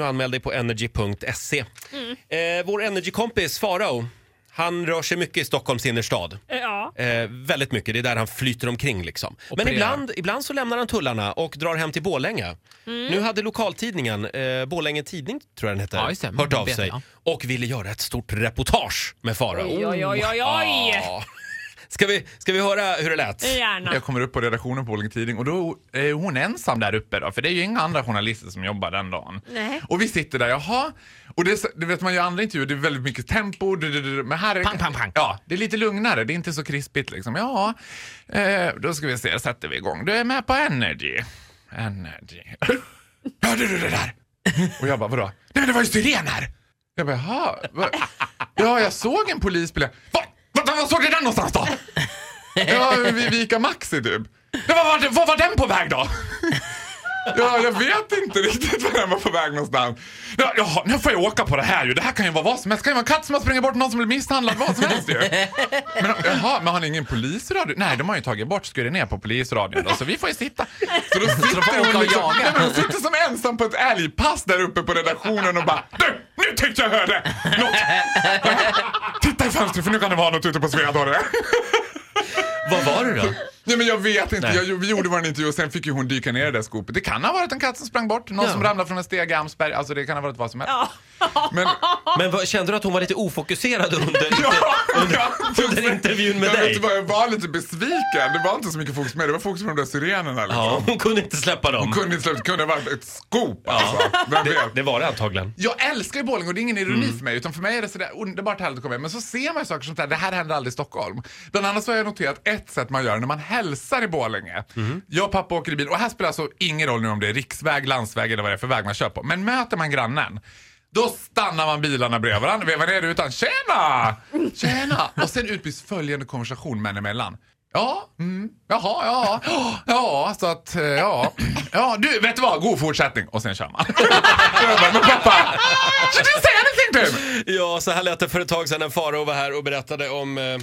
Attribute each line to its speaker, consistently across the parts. Speaker 1: och anmäl dig på energy.se. Eh, vår energikompis Farao, han rör sig mycket i Stockholms innerstad.
Speaker 2: Eh, Ja.
Speaker 1: Eh, väldigt mycket, det är där han flyter omkring liksom. Men
Speaker 3: Opererar.
Speaker 1: ibland, ibland så lämnar han tullarna och drar hem till
Speaker 3: Mm.
Speaker 1: Borlänge. Nu hade lokaltidningen, eh, Borlänge Tidning tror jag den hette,
Speaker 3: Ja, just det. Mm,
Speaker 1: hört av
Speaker 3: Vet
Speaker 1: sig.
Speaker 3: jag.
Speaker 1: Och ville göra ett stort reportage med Farao.
Speaker 2: Oj, oj, oj, oj, oj.
Speaker 1: Eh, oh, Ja. Ska vi, ska vi höra hur det
Speaker 3: Eh.
Speaker 1: lät?
Speaker 2: Gärna.
Speaker 3: Jag kommer upp på redaktionen på Borlänge Tidning och då är hon ensam där uppe då, för det är ju inga andra journalister som jobbar den dagen.
Speaker 2: Nej.
Speaker 3: Och vi sitter där, jaha. Och det, är så- det vet man ju i andra intervjuer, det är väldigt mycket tempo. Du, du, du, du, men här är,
Speaker 1: Pang, pang, pang.
Speaker 3: Ja, det är lite lugnare, det är inte så krispigt liksom. Ja, eh, då ska vi se, sätter vi igång. Du är med på Energy. Energy. Hörde du det där? Och jag bara, vadå? Nej men det var ju syren här! Jag bara, jaha. va- Ja, jag såg en polisbil. Va? Va? Var såg du den någonstans då? Ja, vid Vika Maxi typ. Ja, var, var, var var den på väg då? Ja, jag vet inte riktigt var den var på väg någonstans. Ja, jaha, nu får jag åka på det här ju. Det här kan ju vara vad som helst. Det kan ju vara en katt som har sprungit bort någon som blir misshandlad. Vad som helst ju. Men jaha, men har ni ingen polisradio? Nej, de har ju tagit bort, skurit ner på polisradion då, så vi får ju sitta. Så då
Speaker 1: får
Speaker 3: sitter
Speaker 1: åka
Speaker 3: hon
Speaker 1: och
Speaker 3: liksom,
Speaker 1: jaga.
Speaker 3: nej, men hon sitter som ensam på ett älgpass där uppe på redaktionen och bara Du! Nu tyckte jag hörde något! Titta i fönstret för nu kan det vara något ute på Sveadorre.
Speaker 1: Vad var det då?
Speaker 3: Nej men jag vet inte,
Speaker 1: Nej.
Speaker 3: jag, vi gjorde vår intervju och sen fick ju hon dyka ner i det där skopet. Det kan ha varit en katt som sprang bort, någon
Speaker 1: Ja.
Speaker 3: som ramlade från en stege i Amsberg, alltså det kan ha varit vad som helst.
Speaker 2: Ja.
Speaker 3: Men,
Speaker 1: Men vad, kände du att hon var lite ofokuserad under...
Speaker 3: ja,
Speaker 1: under intervjun med
Speaker 3: jag
Speaker 1: dig.
Speaker 3: Vet du vad, jag var lite besviken, det var inte så mycket fokus med det, var fokus på de där sirenerna liksom.
Speaker 1: Ja, hon kunde inte släppa dem.
Speaker 3: Kunde inte släppt, kunde ha varit ett skop alltså. Vem vet?
Speaker 1: Det var det antagligen.
Speaker 3: Jag älskar ju bowling och det är ingen ironi för mig utan för mig är det sådär underbart härligt att komma hem. Men så ser man ju saker som det här, det här händer aldrig i Stockholm. Bland annat så har jag noterat ett sätt man gör när man hälsar i Borlänge. Jag och pappa åker i bil och här spelar alltså ingen roll nu om det är riksväg, landsväg eller vad det är för väg man kör på. Men möter man grannen då stannar man bilarna bredvid varandra, vevar ner utan tjena! Tjena! Och sen utbyts följande konversation män emellan. Ja, mm, jaha, ja, ja, ja, så att, eh, ja, ja, du, vet du vad, god fortsättning. Och sen kör man. Jag bara, Men pappa, should you say anything to him?
Speaker 1: Ja, så här lät det för ett tag sedan när Farao var här och berättade om, eh,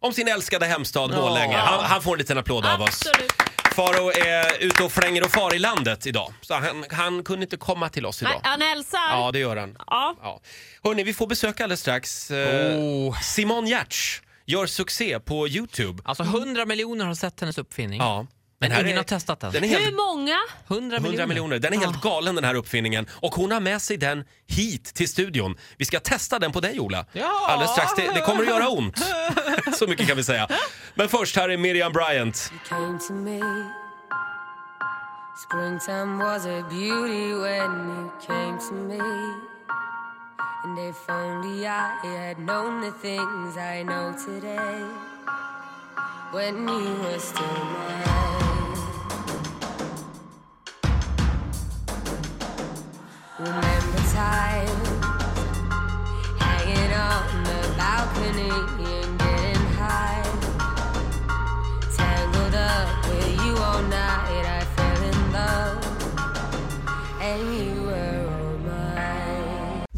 Speaker 1: om sin älskade hemstad Borlänge. Han, han får en liten applåd av oss.
Speaker 2: Absolut.
Speaker 1: Farao är ute och flänger och far i landet idag. Så han, han kunde inte komma till oss
Speaker 2: Nej,
Speaker 1: idag.
Speaker 2: han hälsar.
Speaker 1: Ja, det gör han.
Speaker 2: Ja.
Speaker 1: Ja. Hörni, vi får besöka alldeles strax. Eh,
Speaker 4: Oh.
Speaker 1: Simon Giertz gör succé på Youtube.
Speaker 4: Alltså 100 miljoner har sett hennes uppfinning.
Speaker 1: Ja.
Speaker 4: Men
Speaker 1: här
Speaker 4: ingen
Speaker 1: är-
Speaker 4: har testat den.
Speaker 1: Den är
Speaker 2: Hur
Speaker 1: helt
Speaker 2: många?
Speaker 4: 100,
Speaker 1: 100 miljoner. Den är helt galen den här uppfinningen. Och hon har med sig den hit till studion. Vi ska testa den på dig Ola.
Speaker 4: Ja.
Speaker 1: Alldeles strax. Det, det kommer att göra ont. Så mycket kan vi säga. Men först, här är Miriam Bryant.
Speaker 5: came to me. Springtime was a beauty when you came to me. And if only I had known the things I know today when you were still mine. Remember times hanging on the balcony and getting high tangled up with you all night. I fell in love, and you were all